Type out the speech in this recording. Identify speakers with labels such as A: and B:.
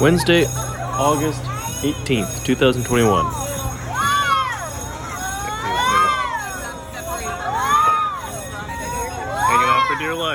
A: Wednesday, August 18th, 2021.
B: Hanging on for dear life.